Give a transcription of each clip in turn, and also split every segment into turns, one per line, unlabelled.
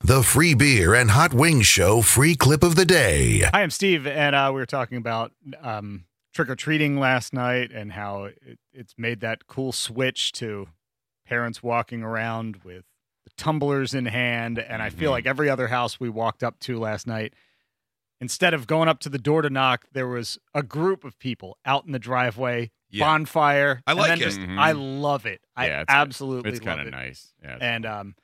The free beer and hot wings show free clip of the day.
Hi, I'm Steve, and uh, we were talking about um, trick or treating last night and how it, it's made that cool switch to parents walking around with the tumblers in hand. And I feel
Mhm.
like every other house we walked up to last night, instead of going up to the door to knock, there was a group of people out in the driveway,
Yeah.
bonfire.
I
and
like
then
it. Mm-hmm.
Just,
Mhm.
I love it.
Yeah,
I
it's-
absolutely
it's
love
kind
it
of nice. Yeah.
and um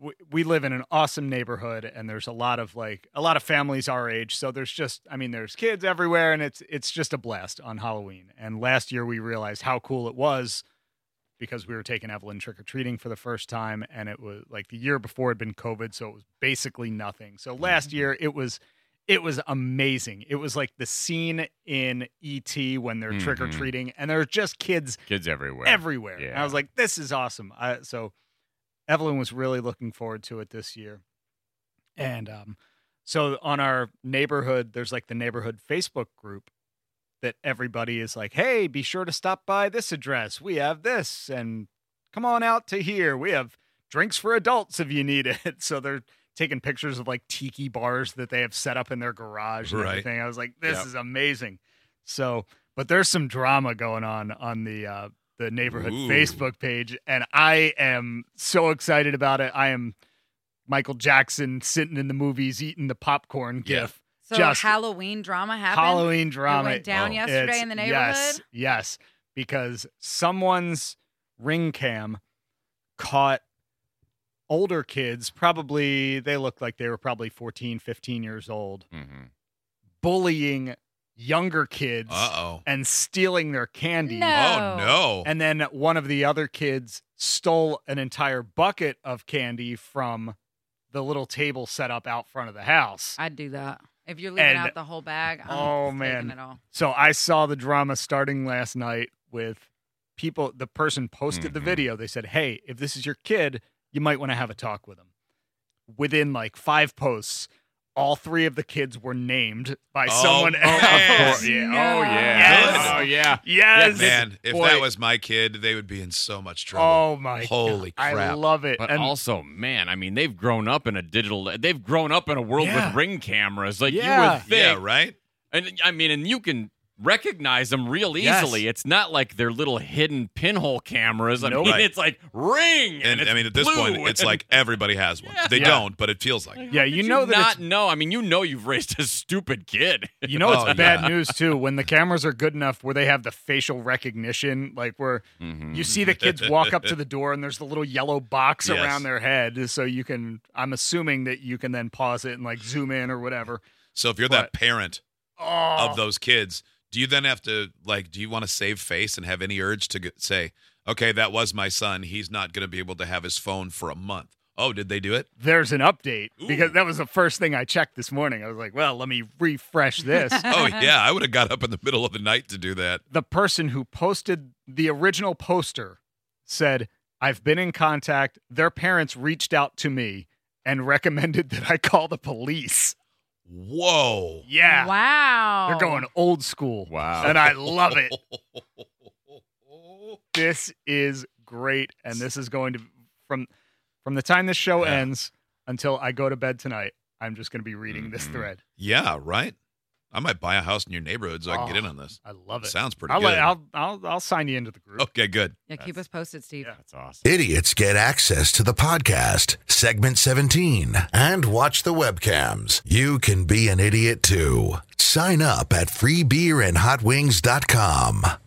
we, we live in an awesome neighborhood and there's a lot of like a lot of families our age so there's just i mean there's kids everywhere and it's it's just a blast on halloween and last year we realized how cool it was because we were taking evelyn trick-or-treating for the first time and it was like the year before had been covid so it was basically nothing so last year it was it was amazing it was like the scene in et when they're
Mhm.
trick-or-treating and there's just kids
kids everywhere.
everywhere. And I was
Yeah.
like, this is awesome. I, so Evelyn was really looking forward to it this year. And um, so on our neighborhood, there's like the neighborhood Facebook group that everybody is like, hey, be sure to stop by this address. We have this. And come on out to here. We have drinks for adults if you need it. So they're taking pictures of like tiki bars that they have set up in their garage and
Right.
everything. I was like, this
Yep.
is amazing. So, but there's some drama going on on the uh, the neighborhood
Ooh.
Facebook page, and I am so excited about it. I am Michael Jackson sitting in the movies eating the popcorn
Yeah.
gif.
So
Just-
Halloween drama happened.
Halloween
It
drama
went down
Oh.
yesterday
it's-
in the neighborhood.
Yes, yes, because someone's ring cam caught older kids, probably they looked like they were probably 14, 15 years old,
hmm
bullying younger kids
Uh oh.
and stealing their candy.
No.
Oh no.
And then one of the other kids stole an entire bucket of candy from the little table set up out front of the house.
I'd do that if you're leaving
And-
out the whole bag. I'm
Oh,
just taking
man.
it all.
So I saw the drama starting last night with people. The person posted the
Mm-hmm.
Mhm.
video. They said, Hey, if this is your kid, you might want to have a talk with him. Within like five posts, all three of the kids were named by
Oh,
someone
man.
else.
Of
course.
Yeah.
Oh
No.
yeah.
Yes.
Oh yeah.
Yes.
Man, if
Boy.
that was my kid, they would be in so much trouble.
oh my
Holy
God. I
crap.
love it.
But
and
also, man, I mean, they've grown up in a digital. They've grown up in a world
Yeah.
with ring cameras. Like you
Yeah.
would think.
yeah, right?
And I mean, and you can recognize them real
Yes.
easily. It's not like they're little hidden pinhole cameras. I
Nope.
mean,
Right.
it's like ring.
And,
it's
I mean, at this
blue
point, it's
and-
like everybody has one.
Yeah.
They
Yeah.
don't, but it feels like. it.
Yeah,
How
you
did
know that
not
it's-
know. I mean, you know, you've raised a stupid kid.
you know it's
Oh, yeah.
bad news too when the cameras are good enough where they have the facial recognition, like where
Mm-hmm.
You see the kids walk up to the door, and there's the little yellow box
Yes.
around their head, so you can. I'm assuming that you can then pause it and like zoom in or whatever.
So if you're that parent
Oh,
of those kids, do you then have to like? Do you want to save face and have any urge to g- say, "Okay, that was my son. He's not going to be able to have his phone for a month." Oh, did they do it?
there's an update because
Ooh.
that was the first thing I checked this morning. I was like, well, let me refresh this.
Oh yeah, I would have got up in the middle of the night to do that.
the person who posted the original poster said, I've been in contact. Their parents reached out to me and recommended that I call the police.
Whoa.
Yeah.
Wow.
They're going old school.
Wow.
And I love it. this is great and this is going to from from the time this show
Yeah.
ends until i go to bed tonight i'm just going to be reading this
Mm-hmm.
Mhm.
thread
Yeah, right. I might buy a house in your neighborhood so I can get in on this.
i love it
Sounds pretty
I'll,
good. Oh,
let- I'll, I'll i'll sign you into the group
okay, good.
Yeah, keep us posted, Steve.
Yeah.
That's awesome.
Idiots get access to the podcast, segment 17, and watch the webcams. You can be an idiot too. Sign up at freebeerandhotwings.com.